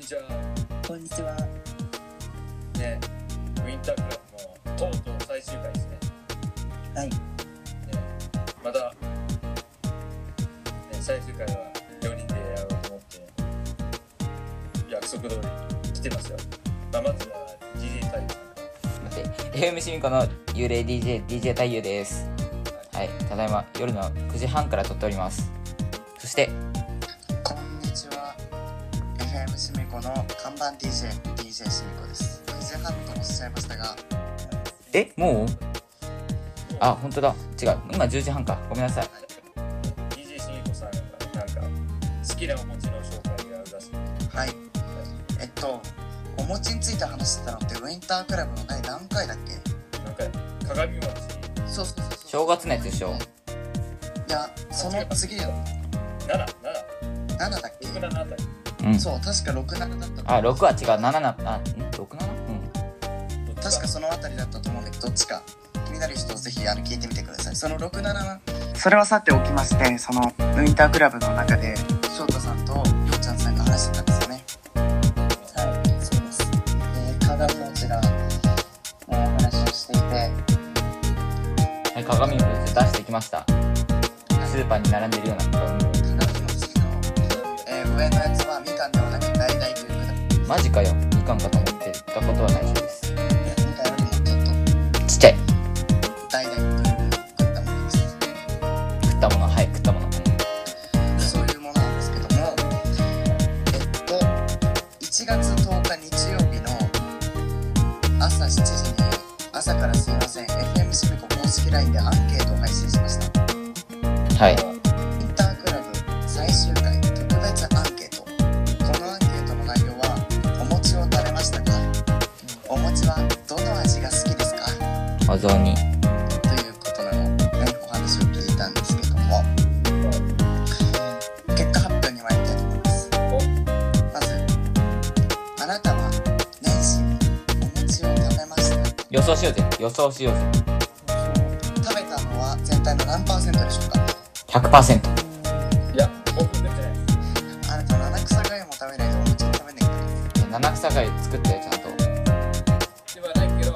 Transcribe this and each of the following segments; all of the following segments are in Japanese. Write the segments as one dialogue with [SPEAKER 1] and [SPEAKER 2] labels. [SPEAKER 1] ちは。
[SPEAKER 2] こんにちは。
[SPEAKER 1] ね、ウィンタークラブもとうとう最終回ですね。
[SPEAKER 2] はい。
[SPEAKER 1] ね、また、ね、最終回は4人でやろうと思って、約束通り来てますよ。まあ、まずは DJ タイム。
[SPEAKER 3] 待って FM シミコの幽霊 DJDJ 太陽ですはいただいま夜の9時半から撮っておりますそして
[SPEAKER 2] こんにちは。FM しみこの看板 DJ、DJ しみこです。9時半とおっしゃいましたが、
[SPEAKER 3] えもうあ本当だ違う今10時半かごめんなさい
[SPEAKER 1] DJ しみこさんがなんか好きなお餅の紹介があるらしい。
[SPEAKER 2] はい。えっと、お餅について話してたのってウィンタークラブの第何回だっけ
[SPEAKER 1] なんか鏡餅、
[SPEAKER 2] そうそうそう
[SPEAKER 3] 正月のやつでしょ
[SPEAKER 2] いや、その次よ。
[SPEAKER 1] 7、
[SPEAKER 2] 7だっ
[SPEAKER 1] 7、6、7あたり。
[SPEAKER 3] うん
[SPEAKER 2] けそう、確か67だったと
[SPEAKER 3] あ6は違う7なあ6なうん
[SPEAKER 1] どっち
[SPEAKER 2] 確かそのあたりだったと思うんで、どっちか。気になる人ぜひあの聞いてみてください。その67はそれはさておきまして、そのウィンタークラブの中で、翔太さんとようちゃんさんが話してたんですよね。はい、そうです。で、鏡餅が、えー、話をしていて、
[SPEAKER 3] はい鏡を出してきましたスーパーに並んでるような鏡を
[SPEAKER 2] 鏡餅の、えー上のやつはみかんではなく大々という果
[SPEAKER 3] マジかよみかんかと思ってたことはないです
[SPEAKER 2] 物、みかんよりもちょっと
[SPEAKER 3] ちっちゃい
[SPEAKER 2] 大々という果物です。
[SPEAKER 3] 食ったものはい食ったものう
[SPEAKER 2] そういうものなんですけども、えっと、1月10日日曜日の朝7時に、朝からすいません、FM シミコ公式 LINE でアンケートを配信しました。
[SPEAKER 3] んはい
[SPEAKER 2] インタークラブ最終回特別アンケート。このアンケートの内容は、お餅を食べましたかお餅はどの味が好きですか
[SPEAKER 3] お雑煮
[SPEAKER 2] ということなの、ね、お話を聞いたんですけども結果発表に参りたいと思いますまずあなたは年始にお餅を食べました
[SPEAKER 3] 予想しようぜ予想しようぜ
[SPEAKER 2] 食べたのは全体の何パーセントでしょうか
[SPEAKER 3] 100%
[SPEAKER 1] いや、僕出てない。
[SPEAKER 2] あなたは七草がゆも食べないとお餅を食べないから
[SPEAKER 3] 七草がゆ作ったよちゃんと
[SPEAKER 1] ではないけど、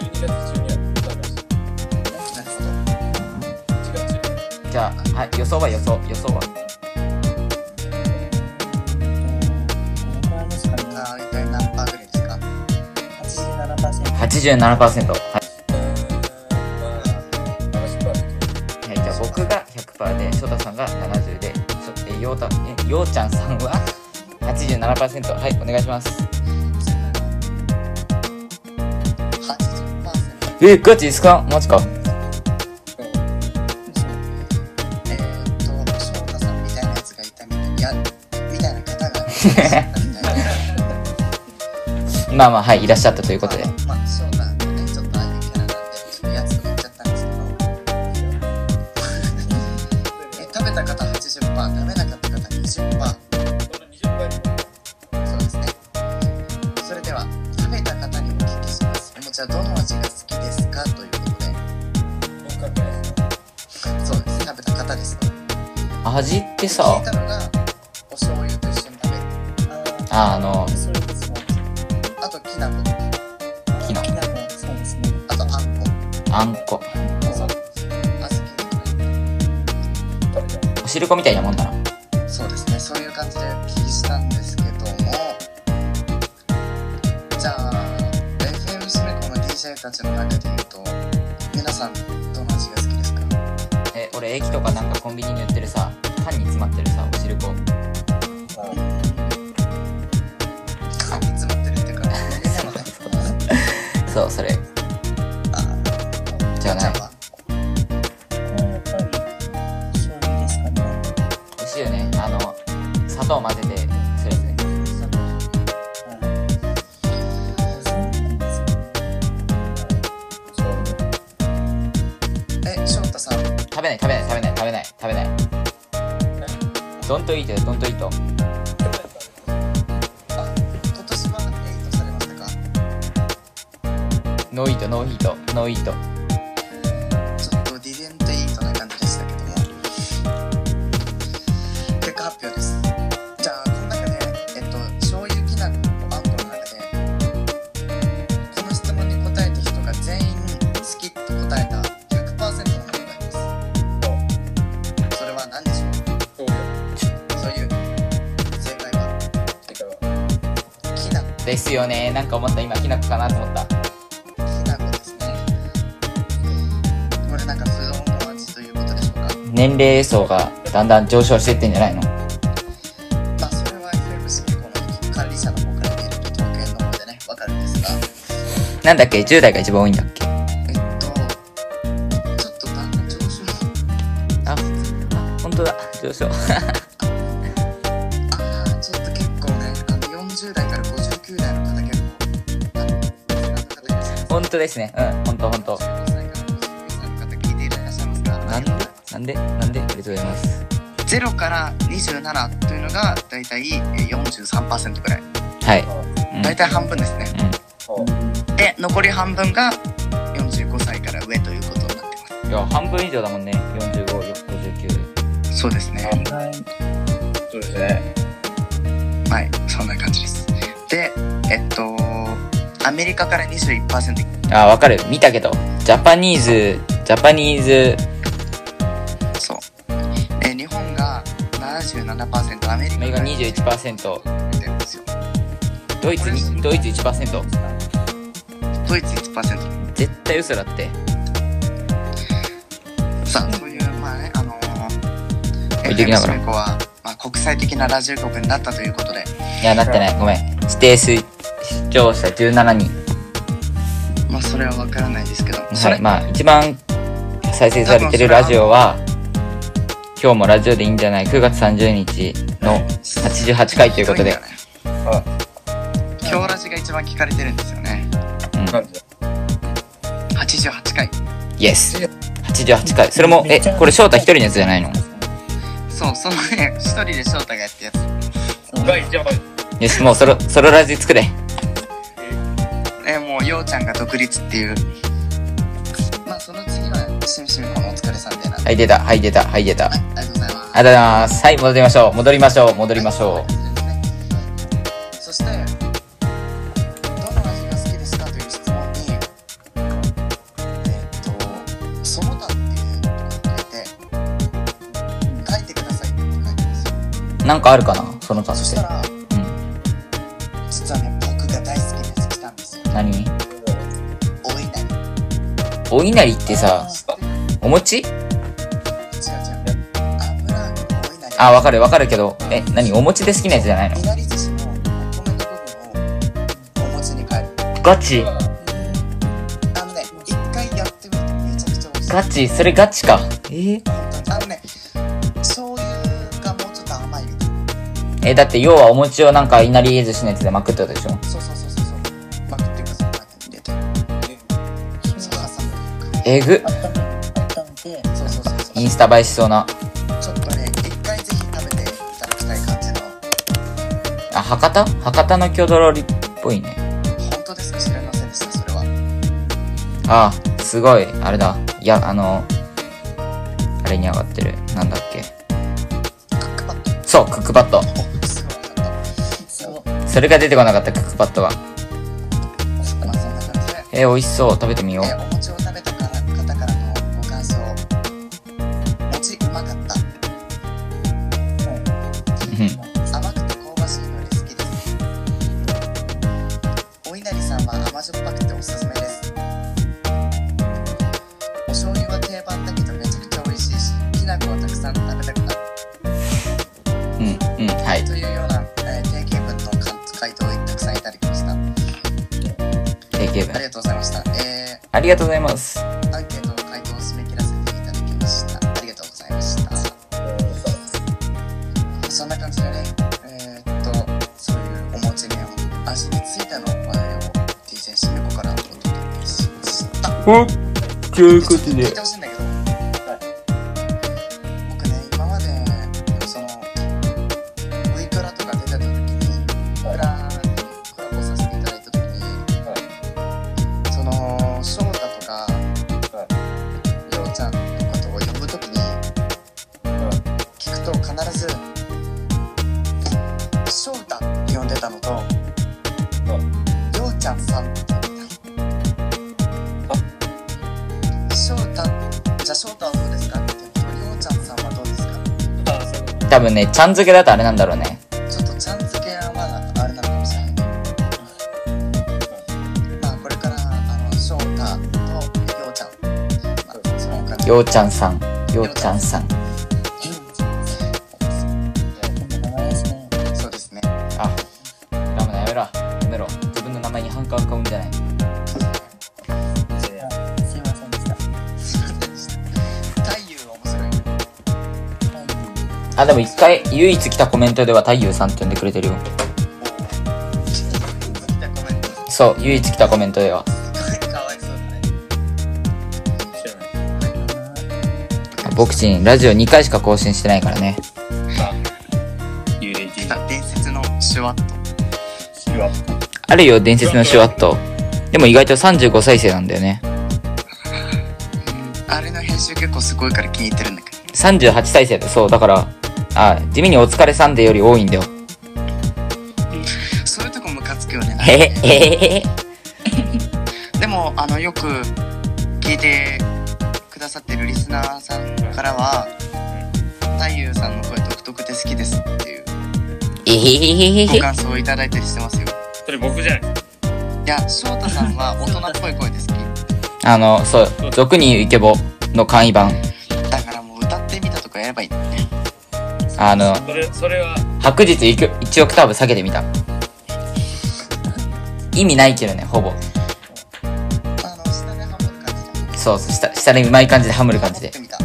[SPEAKER 1] 12月中には食べました。
[SPEAKER 2] なるほ
[SPEAKER 1] 1月中に
[SPEAKER 3] じゃあ、はい、予想は予想予想は
[SPEAKER 2] どあー一体何パーぐらいですか
[SPEAKER 3] 87%はい、は
[SPEAKER 1] うーんまあ、楽しくはできる
[SPEAKER 3] い、じゃあ僕が100%で翔太さんが70でしょえようたえようちゃんさんは87%はいお願いします
[SPEAKER 2] 80%
[SPEAKER 3] えガチですかマジか
[SPEAKER 2] えーっと翔太さんみたいなやつがいたみたいいやみたいな方がいらっしゃったみたいな
[SPEAKER 3] まあまあはいいらっしゃったということで
[SPEAKER 2] まあ、まあ、翔太ってねちょっとああいうキャラなんでちょっとやつとか言っちゃったんですけどえ食べた方80%食べなかった方20%
[SPEAKER 1] その20倍に
[SPEAKER 2] そうですねそれでは食べた方にお聞きしますおもちゃどの味が好きですかということ
[SPEAKER 1] 僕関係ないですね
[SPEAKER 2] でそうです食べた方ですね
[SPEAKER 3] 味って
[SPEAKER 2] 聞
[SPEAKER 3] さ
[SPEAKER 2] いたのがお醤油と一緒に食べる
[SPEAKER 3] ああの
[SPEAKER 2] それですあときな粉とか
[SPEAKER 3] きな粉
[SPEAKER 2] そうですねあとあんこ
[SPEAKER 3] あんこ
[SPEAKER 2] そうあずきとか
[SPEAKER 1] 食べた
[SPEAKER 3] お汁粉みたいなもんだな
[SPEAKER 2] そうですね、そういう感じでお聞きしたんですけども、じゃあ、FM スメコの DJ たちの中で言うと、皆さん、どの味が好きですか
[SPEAKER 3] え俺駅とかなんかコンビニに売ってるさパンに詰まってるさお汁粉
[SPEAKER 2] 缶に詰まってるっていうか、みんなのね、
[SPEAKER 3] そうそれ
[SPEAKER 2] あー
[SPEAKER 3] じゃあね
[SPEAKER 2] ちんは
[SPEAKER 3] 美味しいよねあの砂糖混ぜてそれですね
[SPEAKER 1] そう
[SPEAKER 2] え、翔太さん、
[SPEAKER 3] 食べない食べない食べない食べない食べないドンとイートよドンとイート
[SPEAKER 2] あ今年は8されましたか
[SPEAKER 3] ノーイートノーヒートノーイート
[SPEAKER 2] ちょっとディデンテイートな感じでしたけども結果発表ですじゃあこの中でえっと
[SPEAKER 3] ですよねなんか思った今きなこかなと思った
[SPEAKER 2] きなこですね。これなんか不動の味ということでしょうか。
[SPEAKER 3] 年齢層がだんだん上昇していってんじゃないの
[SPEAKER 2] まあそれは FMC この管理者の方から見ると統計の方でねわかるんですが、
[SPEAKER 3] なんだっけ10代が一番多いんだっけ
[SPEAKER 2] えっとちょっとだんだん上昇
[SPEAKER 3] あ本当だ上昇
[SPEAKER 2] ああちょっと結構ねあの40代から59代の方結構あの女性の方いらっしゃいます。
[SPEAKER 3] 本当ですねうん本当本当
[SPEAKER 2] 15歳から59歳の方聞いていらっしゃいますが。
[SPEAKER 3] なんでなんでなんでありがとうございます
[SPEAKER 2] 0から27というのがだいたい43%くらい、
[SPEAKER 3] はい、うん
[SPEAKER 2] だいたい半分ですねで残り半分が45歳から上ということになってま
[SPEAKER 3] うん、いや半分以上だもんね4559
[SPEAKER 2] すそうですね
[SPEAKER 1] そうですね。
[SPEAKER 2] はいそんな感じですでえっとアメリカから21%
[SPEAKER 3] あわかる見たけどジャパニーズジャパニーズ
[SPEAKER 2] そうえ日本が77%アメリ
[SPEAKER 3] アメリ
[SPEAKER 2] カ
[SPEAKER 3] カ
[SPEAKER 2] が
[SPEAKER 3] 21%
[SPEAKER 2] ですよ
[SPEAKER 3] ドイツにドイツ1%
[SPEAKER 2] ドイツ1%
[SPEAKER 3] 絶対嘘だって
[SPEAKER 2] さあそういうまあねあの
[SPEAKER 3] 置いてきながら
[SPEAKER 2] FM コは、まあ、国際的なラジオ局になったということで
[SPEAKER 3] いやなってないごめん指定数視聴者17人
[SPEAKER 2] まあそれは分からないですけど、そ
[SPEAKER 3] は
[SPEAKER 2] れ
[SPEAKER 3] い、まあ一番再生されてるラジオは今日もラジオでいいんじゃない9月30日の88回ということで、
[SPEAKER 1] は
[SPEAKER 2] 今日ラジが一番聞かれてるんですよね
[SPEAKER 1] い。感じ
[SPEAKER 2] 88回
[SPEAKER 3] イエス88回それもえこれ翔太一人のやつじゃないの
[SPEAKER 2] そうそのね一人で翔太がやったやつ
[SPEAKER 1] だ。が一番多い。
[SPEAKER 3] よしもうソロソロラジ作れ
[SPEAKER 2] えもうようちゃんが独立っていうまあその次はしみしみこのお疲れさんでなんで
[SPEAKER 3] はい出たはい出たはい出たあ
[SPEAKER 2] は
[SPEAKER 3] り
[SPEAKER 2] いありがとうございます
[SPEAKER 3] がとうございますはい戻りましょう戻りましょう戻りまし
[SPEAKER 2] う
[SPEAKER 3] ょう
[SPEAKER 2] そしてどの味が好きですかという質問にえっ、とその他っていうのを書いて書いてくださいって書いてますよ
[SPEAKER 3] なんかあるかなその他と
[SPEAKER 2] そし
[SPEAKER 3] したて
[SPEAKER 2] ら実はね僕が大好きなやつ来たんですよ
[SPEAKER 3] 何
[SPEAKER 2] お稲荷
[SPEAKER 3] お稲荷ってさお餅
[SPEAKER 2] 違う違う油揚げのお稲荷
[SPEAKER 3] あわかるわかるけどえ何お餅で好きなやつじゃない の
[SPEAKER 2] いなり寿司のお米の部分をお餅に変える
[SPEAKER 3] ガチ
[SPEAKER 2] あのね一回やってみてめちゃくちゃ美味しい
[SPEAKER 3] ガチそれガチかえー
[SPEAKER 2] あのね醤油がもうちょっと甘いみたい
[SPEAKER 3] えだって要はお餅をなんかいなり寿司のやつで巻くってことでしょ
[SPEAKER 2] そうそうそうそうそうまくっていうかその中に入れてそう挟むという
[SPEAKER 3] えぐ
[SPEAKER 2] かそうそうそうそう
[SPEAKER 3] インスタ映えしそうな
[SPEAKER 2] ちょっとね一回ぜひ食べていただきたい感じの
[SPEAKER 3] あ博多博多の郷土料理っぽいね
[SPEAKER 2] 本当ですか知りませんでしたそれは
[SPEAKER 3] あすごいあれだいやあのあれに上がってるなんだっけ
[SPEAKER 2] クックパッド
[SPEAKER 3] そうクックパッド
[SPEAKER 2] おすごい当たったそう
[SPEAKER 3] それが出てこなかったクックパッドが
[SPEAKER 2] まあそんな感じで
[SPEAKER 3] えー、美味しそう食べてみよ
[SPEAKER 2] えーお餅を食べたから方からのご感想餅うまかった甘
[SPEAKER 3] ううん
[SPEAKER 2] くて香ばしいので好きですお稲荷さんは甘じょっぱくておすすめですお醤油は定番だけどめちゃくちゃ美味しいしきな粉をたくさん食べたくなる
[SPEAKER 3] うんうんはい
[SPEAKER 2] というような、えー定型文の回答をたくさんいただきましたあ
[SPEAKER 3] 定型
[SPEAKER 2] り
[SPEAKER 3] 文
[SPEAKER 2] がとうございました、え
[SPEAKER 3] ありがとうございます
[SPEAKER 2] ーアンケートの回答を締め切らせていただきましたありがとうございましたそんな感じでね、えーっと、そういうお餅に味についての話題を DJ しめこからお届けしました。
[SPEAKER 3] おと
[SPEAKER 2] 聞
[SPEAKER 3] い
[SPEAKER 2] いてほしいんだけど、僕ね、今まで、その、ウイクラとか出てた時に、クラにコラボさせていただいた時に、その、翔太とか、りょうちゃんとかと呼ぶ時に、聞くと必ず「翔太」って呼んでたのと「ようちゃんさん」って呼んでた「翔太」じゃあ翔太はどうですか?」って言うと「ようちゃんさんはどうですか?
[SPEAKER 3] 多分ねちゃん付けだとあれなんだろうね」
[SPEAKER 2] ちょっとちゃん付けはまだあれなのかもしれない
[SPEAKER 3] ようちゃんさんようちゃんさん
[SPEAKER 2] そうですね。
[SPEAKER 3] あラムダやめろやめろ自分の名前にハンカを買うんじゃない
[SPEAKER 1] です
[SPEAKER 2] いませんでした。すいませんでした。太陽面白い。
[SPEAKER 3] あでも一回唯一来たコメントでは太陽さんって呼んでくれてるよ
[SPEAKER 2] 来たコメント。
[SPEAKER 3] そう唯一来たコメントでは
[SPEAKER 2] かわいそうだね。
[SPEAKER 3] 僕ちんラジオ2回しか更新してないからね
[SPEAKER 1] 幽霊人
[SPEAKER 2] 来た伝説のシュワッと。
[SPEAKER 1] 生は
[SPEAKER 3] あるよ伝説のシュワットでも意外と35再生なんだよね
[SPEAKER 2] あれの編集結構すごいから気に入ってるんだけど。
[SPEAKER 3] 38再生だそうだからあ地味にお疲れサンデーより多いんだよ
[SPEAKER 2] そういうとこムカつくよね。
[SPEAKER 3] へへへへへ
[SPEAKER 2] でもあのよく聞いてくださってるリスナーさんからは「太夫さんの声独特で好きです」っていう
[SPEAKER 3] えへへへ
[SPEAKER 2] ご
[SPEAKER 3] へ
[SPEAKER 2] 感想をいただいたりしてますよ
[SPEAKER 1] それ僕じゃない
[SPEAKER 2] いや翔太さんは大人っぽい声で好き
[SPEAKER 3] あのそう俗に言うイケボの簡易版
[SPEAKER 2] だからもう歌ってみたとかやればいいんだよね
[SPEAKER 3] あの
[SPEAKER 1] それそれは
[SPEAKER 3] 白日1オクターブ下げてみた意味ないけどねほぼ
[SPEAKER 2] あの下でハモる感じだ
[SPEAKER 3] そうそう下下でうまい感じでハムる感じ
[SPEAKER 2] ハモって
[SPEAKER 3] で
[SPEAKER 2] みた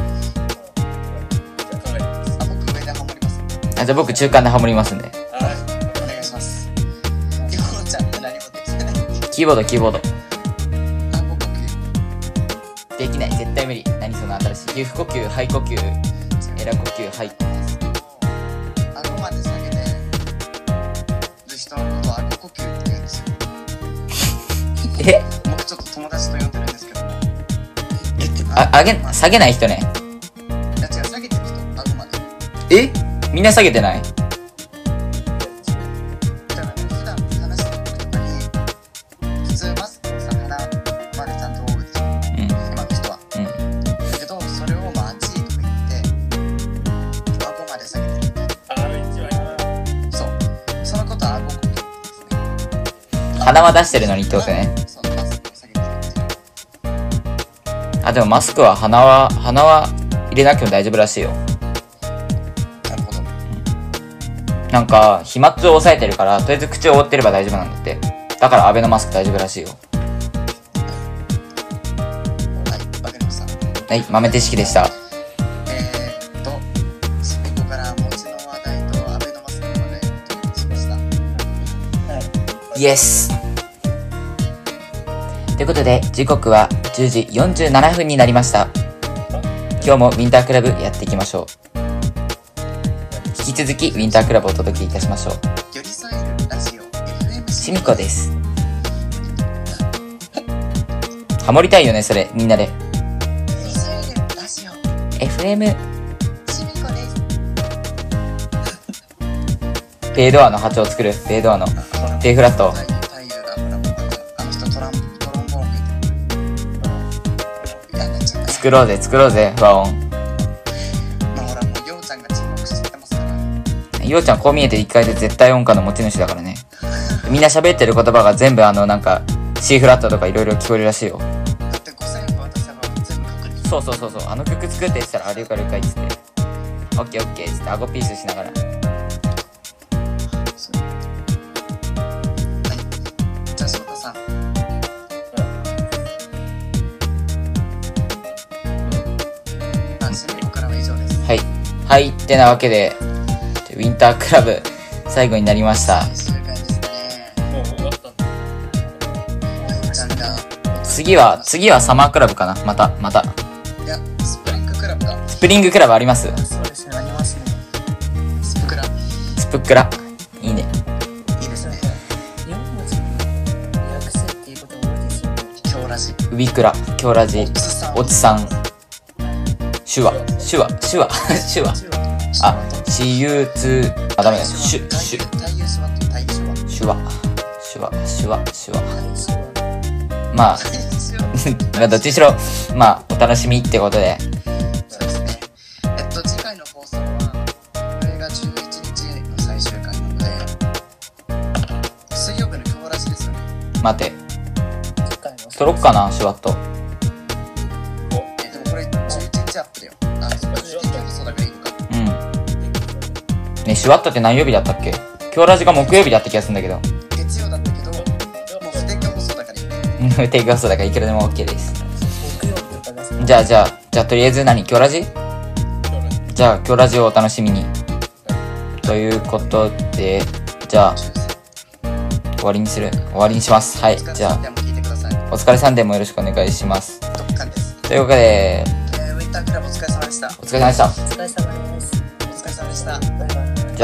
[SPEAKER 1] じゃあ考えてみます
[SPEAKER 2] あ僕上でハモりますんで
[SPEAKER 3] あじゃあ僕中間でハモります
[SPEAKER 1] はい
[SPEAKER 3] んで
[SPEAKER 2] お願いしますりょうちゃんって何もできてない
[SPEAKER 3] キーボードキーボード
[SPEAKER 2] あ僕呼
[SPEAKER 3] できない絶対無理何その新しい皮膚呼吸肺呼吸エラ呼吸肺
[SPEAKER 2] 吸顎まで下げてる人のことを顎呼吸って言うんですよ
[SPEAKER 3] え
[SPEAKER 2] 僕ちょっと友達と呼んでるんですけど
[SPEAKER 3] あ上げ下げない人ね
[SPEAKER 2] いや違う下げてる人あくまで
[SPEAKER 3] えみんな下げてない
[SPEAKER 2] だから普段話してる時とかに普通マスクをさ鼻までちゃんと覆うでしょ
[SPEAKER 3] うん
[SPEAKER 2] 今の人は
[SPEAKER 3] うん
[SPEAKER 2] だけどそれをまああっちとか言って顎まで下げてる
[SPEAKER 1] あの一番
[SPEAKER 2] そうそのことは顎呼吸って言うんですね
[SPEAKER 3] 鼻は出してるのにってことね
[SPEAKER 2] そうマスクを下げてるっていう
[SPEAKER 3] あでもマスクは鼻は鼻は入れなくても大丈夫らしいよ
[SPEAKER 2] なるほど
[SPEAKER 3] なんか飛沫を抑えてるからとりあえず口を覆ってれば大丈夫なんだってだからアベノマスク大丈夫らしいよ
[SPEAKER 2] はいわかりました
[SPEAKER 3] はい豆知識でした
[SPEAKER 2] えー、っと、すみこから餅の話題とアベノマスクの話題をお届けしました。
[SPEAKER 3] イエスということで時刻は10時47分になりました今日もウィンタークラブやっていきましょう引き続きウィンタークラブをお届けいたしましょう
[SPEAKER 2] 寄り添えるラジオ FM
[SPEAKER 3] しみこですハモりたいよねそれみんなで
[SPEAKER 2] 寄り添えるラジオ
[SPEAKER 3] FM
[SPEAKER 2] しみこです。
[SPEAKER 3] ベイドアの波長を作るベイドアのベイフラット
[SPEAKER 2] 太夫太夫がほらもうなんかあの人トラントロンボーン吹いてる。やんなっちゃっ
[SPEAKER 3] 作ろうぜ作ろうぜ和音
[SPEAKER 2] た。まあほらもうようちゃんが沈黙しちゃってますから。
[SPEAKER 3] ようちゃんこう見えて1回で絶対音感の持ち主だからねみんな喋ってる言葉が全部あのなんか C フラットとかいろいろ聞こえるらしいよ
[SPEAKER 2] だって五千円渡したから全部確認。
[SPEAKER 3] そうそうそうそうあの曲作ってって言ったらあれよか了解っつってオッケーオッケーっつって顎ピースしながら
[SPEAKER 2] そうはい。じゃあ翔太さん。あ、しみこからは以上です。
[SPEAKER 3] はいはいってなわけでウィンタークラブ最後になりました
[SPEAKER 2] 最終回ですね。
[SPEAKER 1] もう終わったんだ
[SPEAKER 2] ようちゃんが。
[SPEAKER 3] 次は次はサマークラブかなまたまた
[SPEAKER 2] いや、スプリングクラブだ。
[SPEAKER 3] スプリングクラブあります
[SPEAKER 2] そうですね、ありますね。スプクラ。い
[SPEAKER 3] スプックラいいね
[SPEAKER 2] いですね。
[SPEAKER 4] 4文字に訳すっていうことも多いですよね。
[SPEAKER 2] 今日らしい。
[SPEAKER 3] ウィクラ強ラジ
[SPEAKER 2] おつさん。
[SPEAKER 3] おつさん手話手話手話手話あ CU2 あダメだ手手手話
[SPEAKER 2] 太陽シワと太陽シワ。
[SPEAKER 3] 手話手話手話
[SPEAKER 4] 最初は
[SPEAKER 3] まあ
[SPEAKER 2] 太陽シワ。
[SPEAKER 3] まあどっちにしろまあお楽しみってことで
[SPEAKER 2] そうですね。えっと、次回の放送は、これが11日の最終回なので、水曜日の今日らしいですよね。
[SPEAKER 3] 待って
[SPEAKER 4] 次回の
[SPEAKER 3] 取ろっかなシュワット
[SPEAKER 2] えっと、これ11
[SPEAKER 3] ねえ、シュワットって何曜日だったっけ今日ラジが木曜日だった気がするんだけど。
[SPEAKER 2] 月曜だったけどもう不定期放送だからいいね
[SPEAKER 3] うんテイクアウトだからいくらでも OK です。
[SPEAKER 4] 木曜日とかがさ
[SPEAKER 3] じゃあじゃあ、じゃあとりあえず何今日ラジじゃあ今日ラジをお楽しみに。ということで、じゃあ終わりにする。終わりにします。はい。
[SPEAKER 2] お疲れ
[SPEAKER 3] じゃ
[SPEAKER 2] さん
[SPEAKER 3] あ、
[SPEAKER 2] でも聞いてください
[SPEAKER 3] お疲れさんでもよろしくお願いします。
[SPEAKER 2] どっかんです、
[SPEAKER 3] ということで、
[SPEAKER 2] えー、ウィンタークラブお疲れ様でした
[SPEAKER 3] お疲れ様でした。
[SPEAKER 4] お疲れ様です
[SPEAKER 2] お疲れ様でした
[SPEAKER 4] バイバイ
[SPEAKER 3] じ